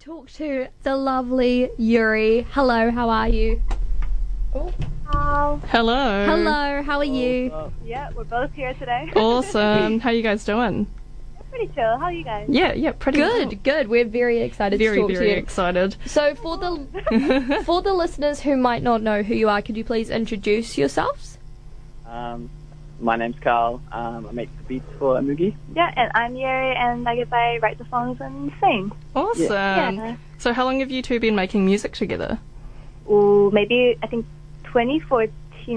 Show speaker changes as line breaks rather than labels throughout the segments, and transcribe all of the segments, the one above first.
talk to the lovely Yuri. Hello, how are you?
Oh,
Hello.
Hello, how are you?
yeah, we're both here today.
Oh. Awesome. How you guys doing?
Pretty chill. How are you guys?
Yeah, yeah, pretty well.
Good, good. We're very excited to
Very,
talk
very
to you.
excited.
so, for the for the listeners who might not know who you are, could you please introduce yourselves?
Um, my name's Carl. Um, I make the beats for Amugi.
Yeah, and I'm Yuri, and I guess I write the songs and sing.
Awesome.
yeah.
So, how long have you two been making music together?
Ooh, maybe I think 2014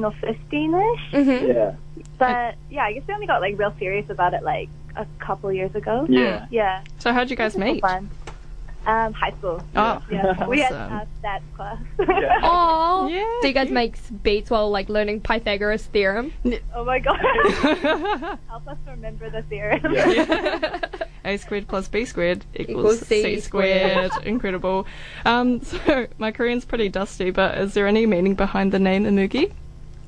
or 15ish.
Mm.
Mm-hmm.
Yeah,
But yeah, I guess we only got like real serious about it like a couple years ago.
yeah.
Yeah.
So, how'd you guys
It's so
meet?
fun. Um, high school.
Oh,
Yeah. We had uh, that class.
Yeah.
Oh,
Yeah,
so you guys
cute.
make beats while like learning Pythagoras theorem.
oh my god.
awesome.
Help us remember the theorem.
Yeah.
A squared plus B squared equals
Equals
C,
C
squared.
squared.
Incredible. Um, so, my Korean's pretty dusty, but is there any meaning behind the name Amugi?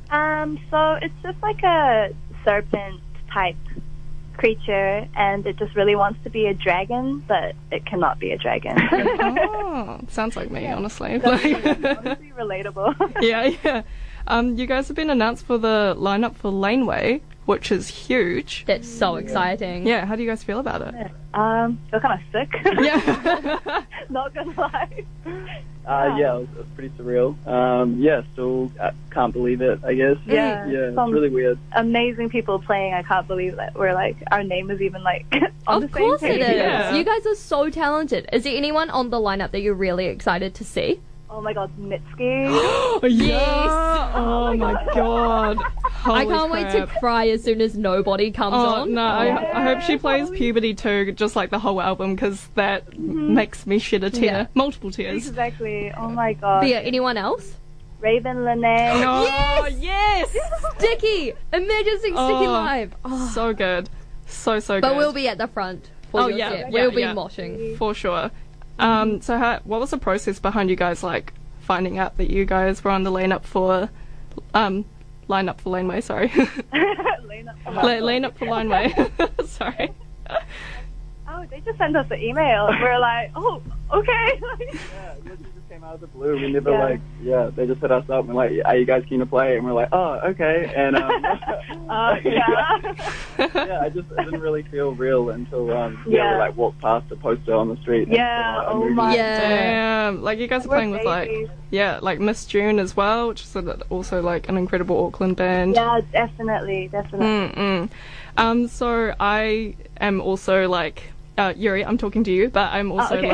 Um, so it's just like a serpent type creature, and it just really wants to be a dragon, but it cannot be a dragon.
Oh, sounds like me, honestly.
Honestly, relatable.
yeah, yeah. Um, you guys have been announced for the lineup for Laneway, which is huge.
That's so exciting.
Yeah, how do you guys feel about it?
Um, feel kind of sick.
Yeah.
Not gonna lie.
Uh, yeah, it was, it was pretty surreal. Um, yeah, still I can't believe it. I guess.
Yeah,
Yeah, it's
some
really weird.
amazing people playing. I can't believe that we're like our name is even like on
Of
the same
course
page.
it is.
Yeah.
You guys are so talented. Is there anyone on the lineup that you're really excited to see?
Oh my god, Mitski.
Oh, yeah. Oh my god.
I can't wait to cry as soon as nobody comes
Oh
on.
no! I, I hope she plays puberty too, just like the whole album, because that makes me shed a tear,
Yeah.
multiple tears.
exactly. Oh my god.
But yeah, anyone else?
Raven Lene.
No,
Yes!
yes!
Sticky! Emergency Sticky
Oh.
Live! Oh.
so good, so so good.
But we'll be at the front for
Oh,
your
yeah,
set.
yeah,
we'll be
yeah.
moshing.
for sure. Um, so how, what was the process behind you guys like finding out that you guys were on the lane up for, um, line up for laneway? Sorry,
Lena.
La- lane up for laneway. sorry.
Oh, they just sent us an email. We're like, oh, okay.
Yeah, it literally just came out of the blue. We never
Yeah.
like, yeah, they just hit us up and were like, are you guys keen to play? And we're like, oh, okay. And um,
uh, yeah.
yeah, I just it didn't really feel real until um, yeah,
Yeah.
we like walked past the poster on the street. and
Yeah,
saw
oh
Amugi.
my-
Yeah.
Damn, like you guys are
We're
playing with like
babies.
yeah, like Miss June as well, which is a- also like an incredible Auckland band.
yeah, definitely, definitely.
Mm-mm. Um, so I am also like uh, Yuri. I'm talking to you, but I'm also
Oh, okay.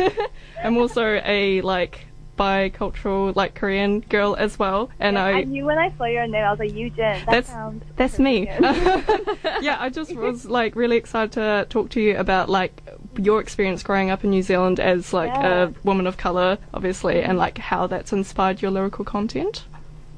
like I'm also a like bicultural like Korean girl as well, and
I,
Mm, I
knew when I saw your name, I was like, Eugene. That
That's-
sounds.
that's me.
pretty good.
yeah, I just was like really excited to talk to you about like your experience growing up in New Zealand as like
Yeah.
a woman of color, obviously, and like how that's inspired your lyrical content.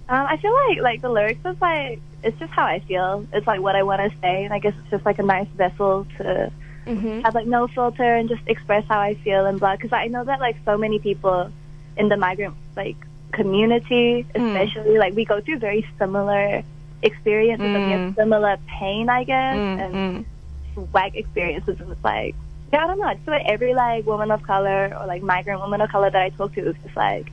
um, I feel like like the lyrics is like it's just how I feel. It's like what I want to say, and I guess it's just like a nice vessel to
Mm-hmm.
have like no filter and just express how I feel and blah. Because I know that like so many people in the migrant like community,
Hmm.
especially like we go through very similar experiences and we
Hmm.
have similar pain, I guess,
Mm, Mm-mm.
and whack experiences. And it's like, yeah, I don't know. I just feel like every like woman of color or like migrant woman of color that I talk to is just like.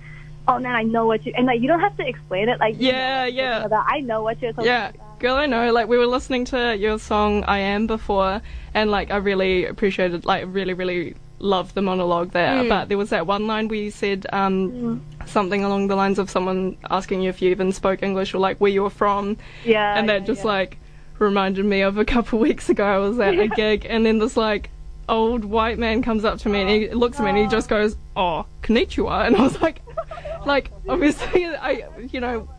Oh man, I know what you and like you don't have to explain it like you know
Yeah,
what you're
yeah.
talking about. I know what you're talking
Yeah, girl, I know. Like we were listening to your song "I Am" before, and like I really appreciated, like really, really loved the monologue there. But there was that one line where you said um, something along the lines of someone asking you if you even spoke English or like where you were from,
yeah
and that
yeah,
just
yeah.
like reminded me of a couple weeks ago. I was at a gig, and then this like old white man comes up to me and he looks at me and he just goes, "Oh, konnichiwa," and I was like, like obviously, I you know,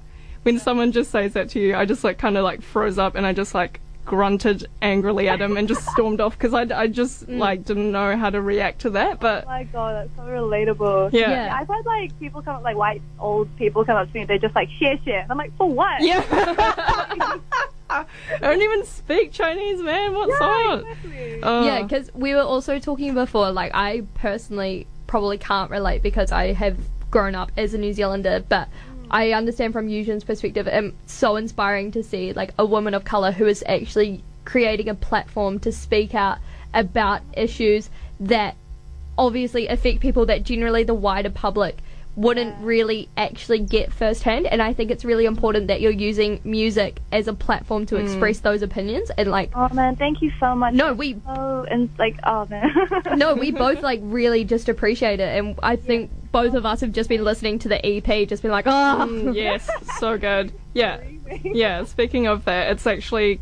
when someone just says that to you, I just like kind of like froze up and I just like grunted angrily at him and just stormed off because I, I just like didn't know how to react to that,
Oh
but
my god, that's so relatable.
yeah.
I've had like people come up, like white old people come up to me. They're just like shit, shit. I'm like, for what?
Yeah. I don't even speak Chinese, man. What's
Yeah,
on?
exactly.
Uh,
Yeah, because we were also talking before, like, I personally probably can't relate because I have grown up as a New Zealander, but I understand from Yujin's perspective, it's so inspiring to see, like, a woman of colour who is actually creating a platform to speak out about issues that obviously affect people that generally the wider public wouldn't really actually get firsthand. And I think it's really important that you're using music as a platform to express those opinions. And like,
Oh man, thank you so much.
no, we
Oh, and like, oh man.
no, we both like really just appreciate it, and I think both of us have just been listening to the EP, just been like, ah,
Mm, yes, so good. Yeah, yeah. Speaking of that, it's actually,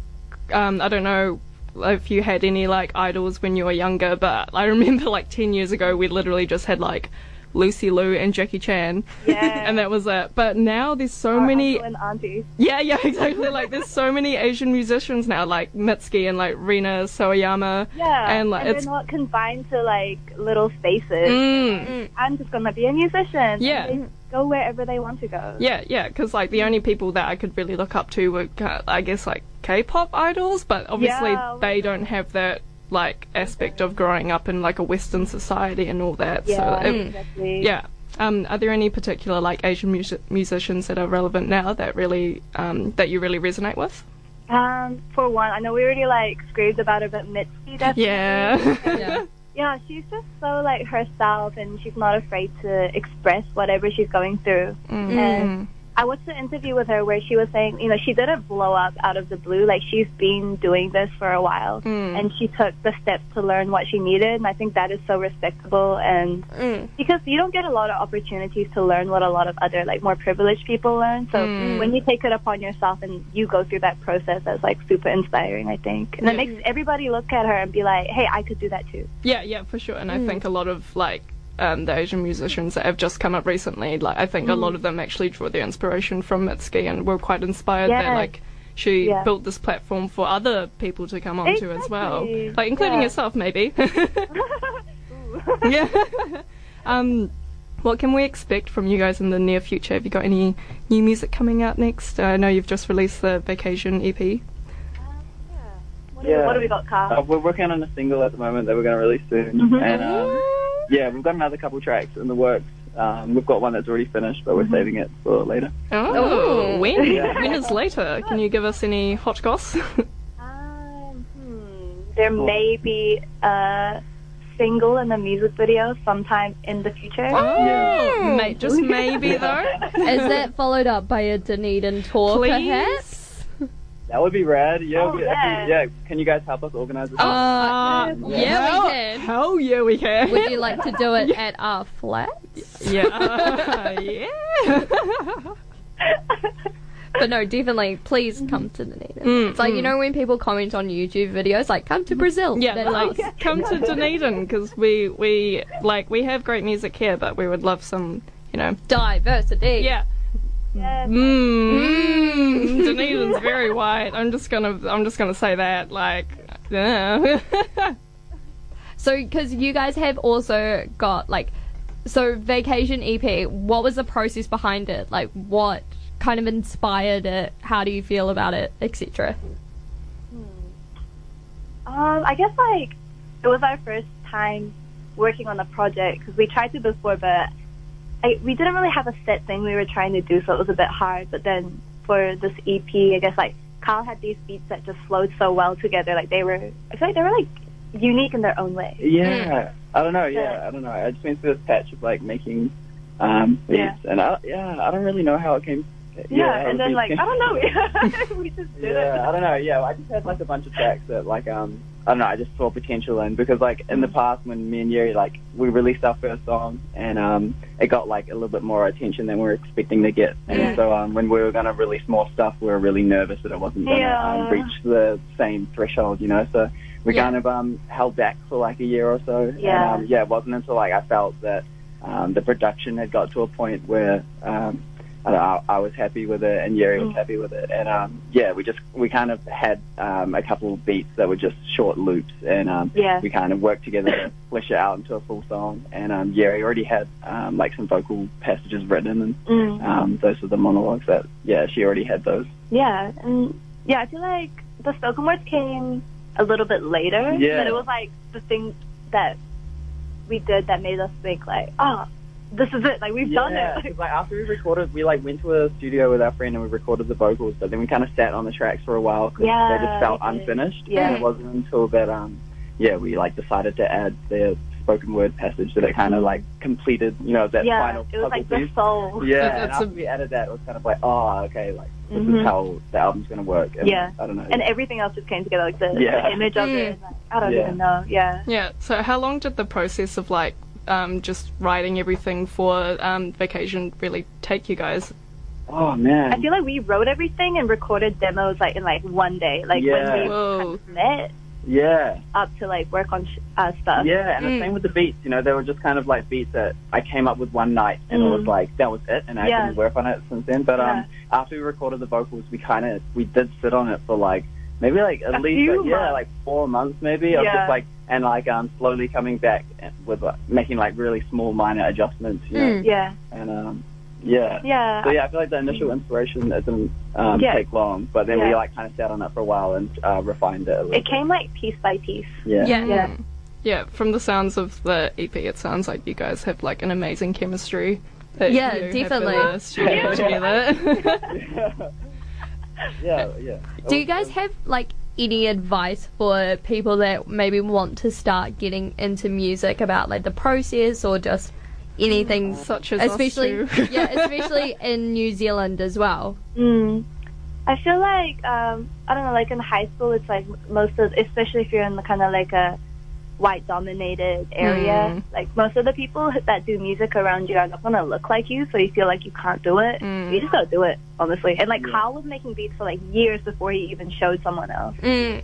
um, I don't know if you had any like idols when you were younger, but I remember like ten years ago we literally just had like Lucy Liu and Jackie Chan,
Yeah.
and that was it. But now there's so
Our
many.
uncle and auntie.
Yeah, yeah, exactly. Like there's so many Asian musicians now, like Mitski and like Rina Sawayama.
Yeah,
and like it's.
they're not confined to like little spaces.
Mm.
I'm just gonna be a musician.
Yeah.
And they go wherever they want to go.
Yeah, yeah, because like the only people that I could really look up to were, uh, I guess, like K-pop idols, but obviously
Yeah,
they
like-
don't have that like aspect of growing up in like a Western society and all that.
Yeah,
So, it,
exactly.
yeah. Um, are there any particular like Asian mus- musicians that are relevant now that really um, that you really resonate with?
Um, for one, I know we already like screamed about it, but Mitski definitely.
Yeah.
Yeah.
Yeah, she's just so like herself, and she's not afraid to express whatever she's going through. And I watched an interview with her where she was saying, you know, she didn't blow up out of the blue. Like she's been doing this for a while, and she took the steps to learn what she needed. And I think that is so respectable, and because you don't get a lot of opportunities to learn what a lot of other like more privileged people learn. So when you take it upon yourself and you go through that process, that's like super inspiring, I think. And it makes everybody look at her and be like, hey, I could do that too.
Yeah, yeah, for sure. And I
Hmm.
think a lot of like um, the Asian musicians that have just come up recently, like I think a
Hmm.
lot of them actually draw their inspiration from Mitski, and were quite inspired that
Yeah.
like she
Yeah.
built this platform for other people to come onto as well,
Exactly.
like including
Yeah.
yourself maybe. yeah. um, what can we expect from you guys in the near future? Have you got any new music coming out next? I know you've just released the Vacation E EP.
What, do,
Yeah.
we, what do we got,
Uh,
Carl?
we're working on a single at the moment that we're going to release soon,
Mm-hmm.
and um, yeah, we've got another couple tracks in the works. Um, we've got one that's already finished, but we're
Mm-hmm.
saving it for later.
Oh, when?
Yeah.
When is later? Can you give us any hot goss?
Um, hmm. There may be a single and a music video sometime in the future.
Yeah.
May- just maybe though.
is that followed up by a Dunedin tour,
Please?
perhaps?
That would be rad. Yeah,
Oh,
we-
yeah. Um,
yeah. Can you guys help us organize it?
Uh,
Yeah.
yeah,
Hell-
we can.
Hell yeah, we can.
Would you like to do it at our flat?
yeah, yeah.
But no, definitely, please come to Dunedin.
Mm,
it's like you know when people comment on YouTube videos, like come to Brazil.
yeah,
They're like,
like, come to Dunedin because we we like we have great music here, but we would love some, you know.
diversity.
Yeah.
Yes.
Mm, Dunedin's very white. I'm just gonna I'm just gonna say that like. Yeah.
So, because you guys have also got like, so Vacation EP. What was the process behind it? Like, what kind of inspired it? How do you feel about it, etc.
Um, I guess like it was our first time working on a project because we tried to before, but I, we didn't really have a set thing we were trying to do, so it was a bit hard. But then for this EP, I guess like Kyle had these beats that just flowed so well together. Like they were, I feel like they were like unique in their own way.
Yeah,
hmm.
I don't know. Yeah, I don't know. I just went through this patch of like making um, beats,
Yeah.
and I, yeah, I don't really know how it came.
Yeah,
how
and
the
then
beats
like I
came-
don't know, we just did
Yeah, I don't know. Yeah, I just had like a bunch of tracks that like um I don't know. I just saw potential in because like in the past when me and Yuri like we released our first song and um it got like a little bit more attention than we were expecting to get. And so um when we were gonna release more stuff, we were really nervous that it wasn't gonna
Yeah.
um, reach the same threshold, you know. So we
Yeah.
kind of um held back for like a year or so.
Yeah.
And, um, yeah, it wasn't until like I felt that um the production had got to a point where um I, don't know, I I was happy with it, and Yeri
Mm.
was happy with it, and um, yeah, we just we kind of had um, a couple of beats that were just short loops, and um,
Yeah.
we kind of worked together to flesh it out into a full song. And um, Yeri already had um, like some vocal passages written, and
it. Mm.
um, those were the monologues that yeah she already had those.
Yeah, and yeah, I feel like the spoken words came a little bit later,
Yeah.
but it was like the thing that we did that made us think like, oh, this is it, like we've
yeah,
done it.
'cause, like after we recorded, we like went to a studio with our friend and we recorded the vocals, but then we kind of sat on the tracks for a while because
Yeah,
they just felt
we did.
unfinished.
Yeah.
and it wasn't until that um, yeah, we like decided to add their spoken word passage that it kind of like completed, you know, that
yeah,
final
it was
puzzle
like the
piece.
soul.
That-
Yeah, and
that's a-
after we added that, it was kind of like, oh, okay, like this
Mhm.
is how the album's gonna work. And,
Yeah.
I don't know.
And everything else just came together, like the,
Yeah.
the image of it. And, like, I don't
Yeah.
even know. Yeah.
Yeah. So how long did the process of like um, just writing everything for um, vacation really take you guys?
oh man,
I feel like we wrote everything and recorded demos like in like one day, like
Yeah.
when we kind
Whoa.
of met
yeah,
up to like work on sh- uh, stuff.
yeah. And
Mm.
the same with the beats. You know, they were just kind of like beats that I came up with one night, and it was
Mm.
like that was it, and I
Yeah.
didn't work on it since then. But
Yeah.
um, after we recorded the vocals, we kind of we did sit on it for like maybe like at
A
least
few
like, yeah
months.
like four months maybe of
Yeah.
just like and like um slowly coming back and- with like, making like really small minor adjustments. You know?
Hmm.
Mm.
Yeah.
And um, yeah.
Hmm. Yeah.
So yeah, I feel like the initial inspiration doesn't um,
Yeah.
take long, but then we
Yeah.
like kind of sat on it for a while and uh, refined it a little.
It came like piece by piece.
yeah.
Yeah.
Mm. Yeah. From the sounds of the EP, it sounds like you guys have like an amazing chemistry. That
Yeah,
you have in
definitely.
the studio together.
yeah, yeah.
Do you guys have like any advice for people that maybe want to start getting into music about like the process or just anything
Such as us
especially
two.
yeah, especially in New Zealand as well.
Mm. I feel like um, I don't know, like in high school, it's like most of, especially if you're in the kind of like a white dominated area, like most of the people that do music around you are not gonna look like you, so you feel like you can't do it.
Mm.
You just gotta do it, honestly. And like
Yeah.
Kyle was making beats for like years before he even showed someone else,
Mm,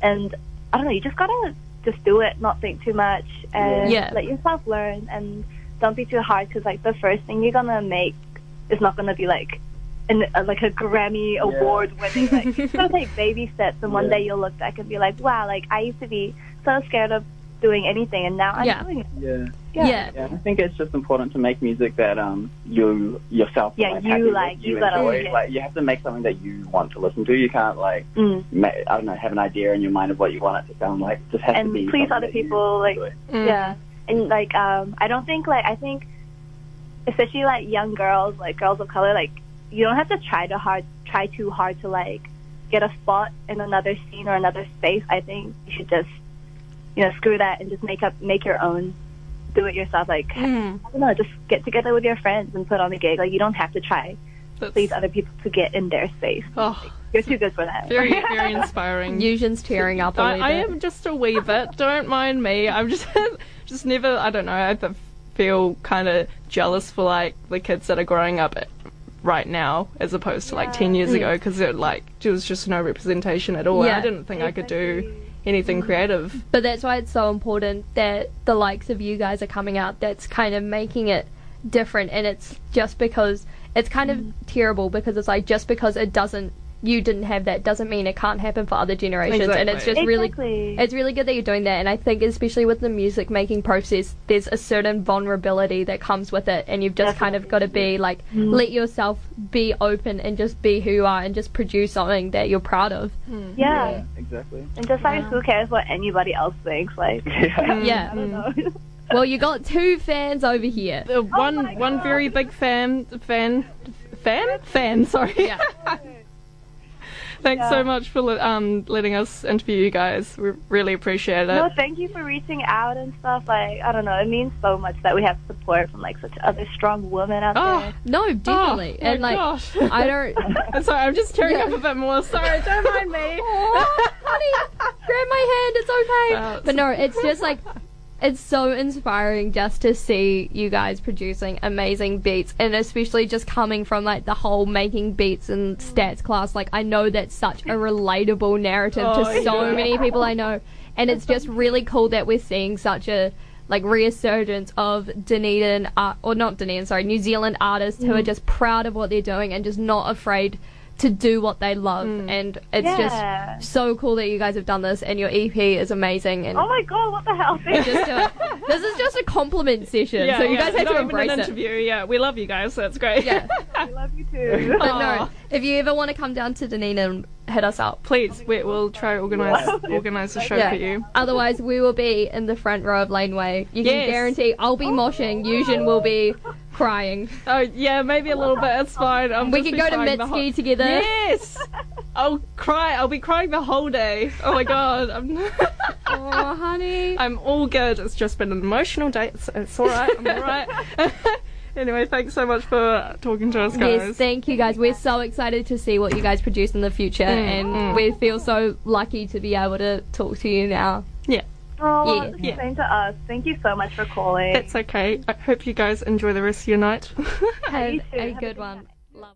and I don't know, you just gotta just do it, not think too much, and
Yeah.
let yourself learn, and don't be too hard because like the first thing you're gonna make is not gonna be like an uh, like a Grammy
Yeah.
award winning. Like, it's gonna take baby steps, and one
Yeah.
day you'll look back and be like, wow, like I used to be so scared of doing anything, and now I'm
Yeah.
doing it.
Yeah,
Yeah.
yeah. I think it's just important to make music that um you yourself. are,
Yeah,
like,
you
happy with,
like,
you
you gotta
enjoy.
like it.
Like you have to make something that you want to listen to. You can't like
Mm.
ma- I don't know have an idea in your mind of what you want it to sound like. Just has to
And
be.
please
something
other
that you
people, like-
enjoy.
Mm.
Yeah. And like um I don't think like I think especially like young girls, like girls of color, like you don't have to try to hard try too hard to like get a spot in another scene or another space. I think you should just you know, screw that and just make up make your own do it yourself. Like
Mm.
I don't know, just get together with your friends and put on a gig. Like you don't have to try
That's-
please other people to get in their space.
Oh,
You're too good for that.
very very inspiring.
Eugen's tearing up a
I,
little
I
bit.
am just a wee bit. Don't mind me. I'm just just never. I don't know. I f- feel kind of jealous for like the kids that are growing up right now, as opposed to like ten years ago, because it like there was just no representation at all. and I
Yeah.
didn't think I could do anything creative.
But that's why it's so important that the likes of you guys are coming out. That's kind of making it different, and it's just because it's kind of terrible because it's like just because it doesn't, you didn't have that doesn't mean it can't happen for other generations, and it's
Exactly.
just really
Exactly.
it's really good that you're doing that and i think especially with the music making process there's a certain vulnerability that comes with it and you've just kind of got to be like let yourself be open and just be who you are and just produce something that you're proud of
yeah.
Yeah, exactly.
And just like who cares what anybody else thinks? Like
Yeah.
yeah
I don't know.
well you got two fans over here
The one one very big fan fan fan fan. Sorry.
yeah
Thanks so
Yeah.
much for li- um letting us interview you guys. We really appreciate it.
No, thank you for reaching out and stuff. Like, I don't know, it means so much that we have support from like such other strong women out
Oh,
there.
no
Oh,
definitely
my
and like
gosh.
i don't
I'm sorry, I'm just tearing
Yeah.
up a bit more. Sorry, don't mind me.
Aw, honey, grab my hand. It's okay.
Wow.
But no, it's just like it's so inspiring just to see you guys producing amazing beats, and especially just coming from like the whole making beats and stats class. Like I know that's such a relatable narrative
Oh,
to so
yeah.
many people I know, and it's just really cool that we're seeing such a like resurgence of Dunedin art, or not Dunedin, sorry, New Zealand artists who are
Mm.
just proud of what they're doing and just not afraid to do what they love,
Mm.
and it's just
yeah.
so cool that you guys have done this and your EP is amazing and
Oh my god, what the hell?
just do it. this is just a compliment session so you guys have
not
to
even
embrace
an
it
interview. Yeah, we love you guys. So that's great.
yeah
I love you too.
but
Aw.
no if you ever want to come down to Dunedin hit us up
Please, we, we'll try organize
Yeah.
organize a show
Yeah.
for you.
otherwise we will be in the front row of laneway you can
Yes.
guarantee I'll be moshing
Oh.
Yujin will be crying
Oh yeah, maybe a little bit. It's fine. I'm
we
just
can
be
go to
crying the whole-
Mitski together
Yes. I'll cry. I'll be crying the whole day. Oh my god. I'm...
oh, honey.
I'm all good. It's just been an emotional day. It's, it's all right. I'm all right. anyway, thanks so much for talking to us, guys.
Yes, thank you guys. We're so excited to see what you guys produce in the future,
Mm,
and we feel so lucky to be able to talk to you now.
yeah,
Oh,
Yeah.
this is
Yeah.
same to us. Thank you so much for calling.
it's okay. I hope you guys enjoy the rest of your night.
Have
you too.
a
Have a
good
good
one.
night.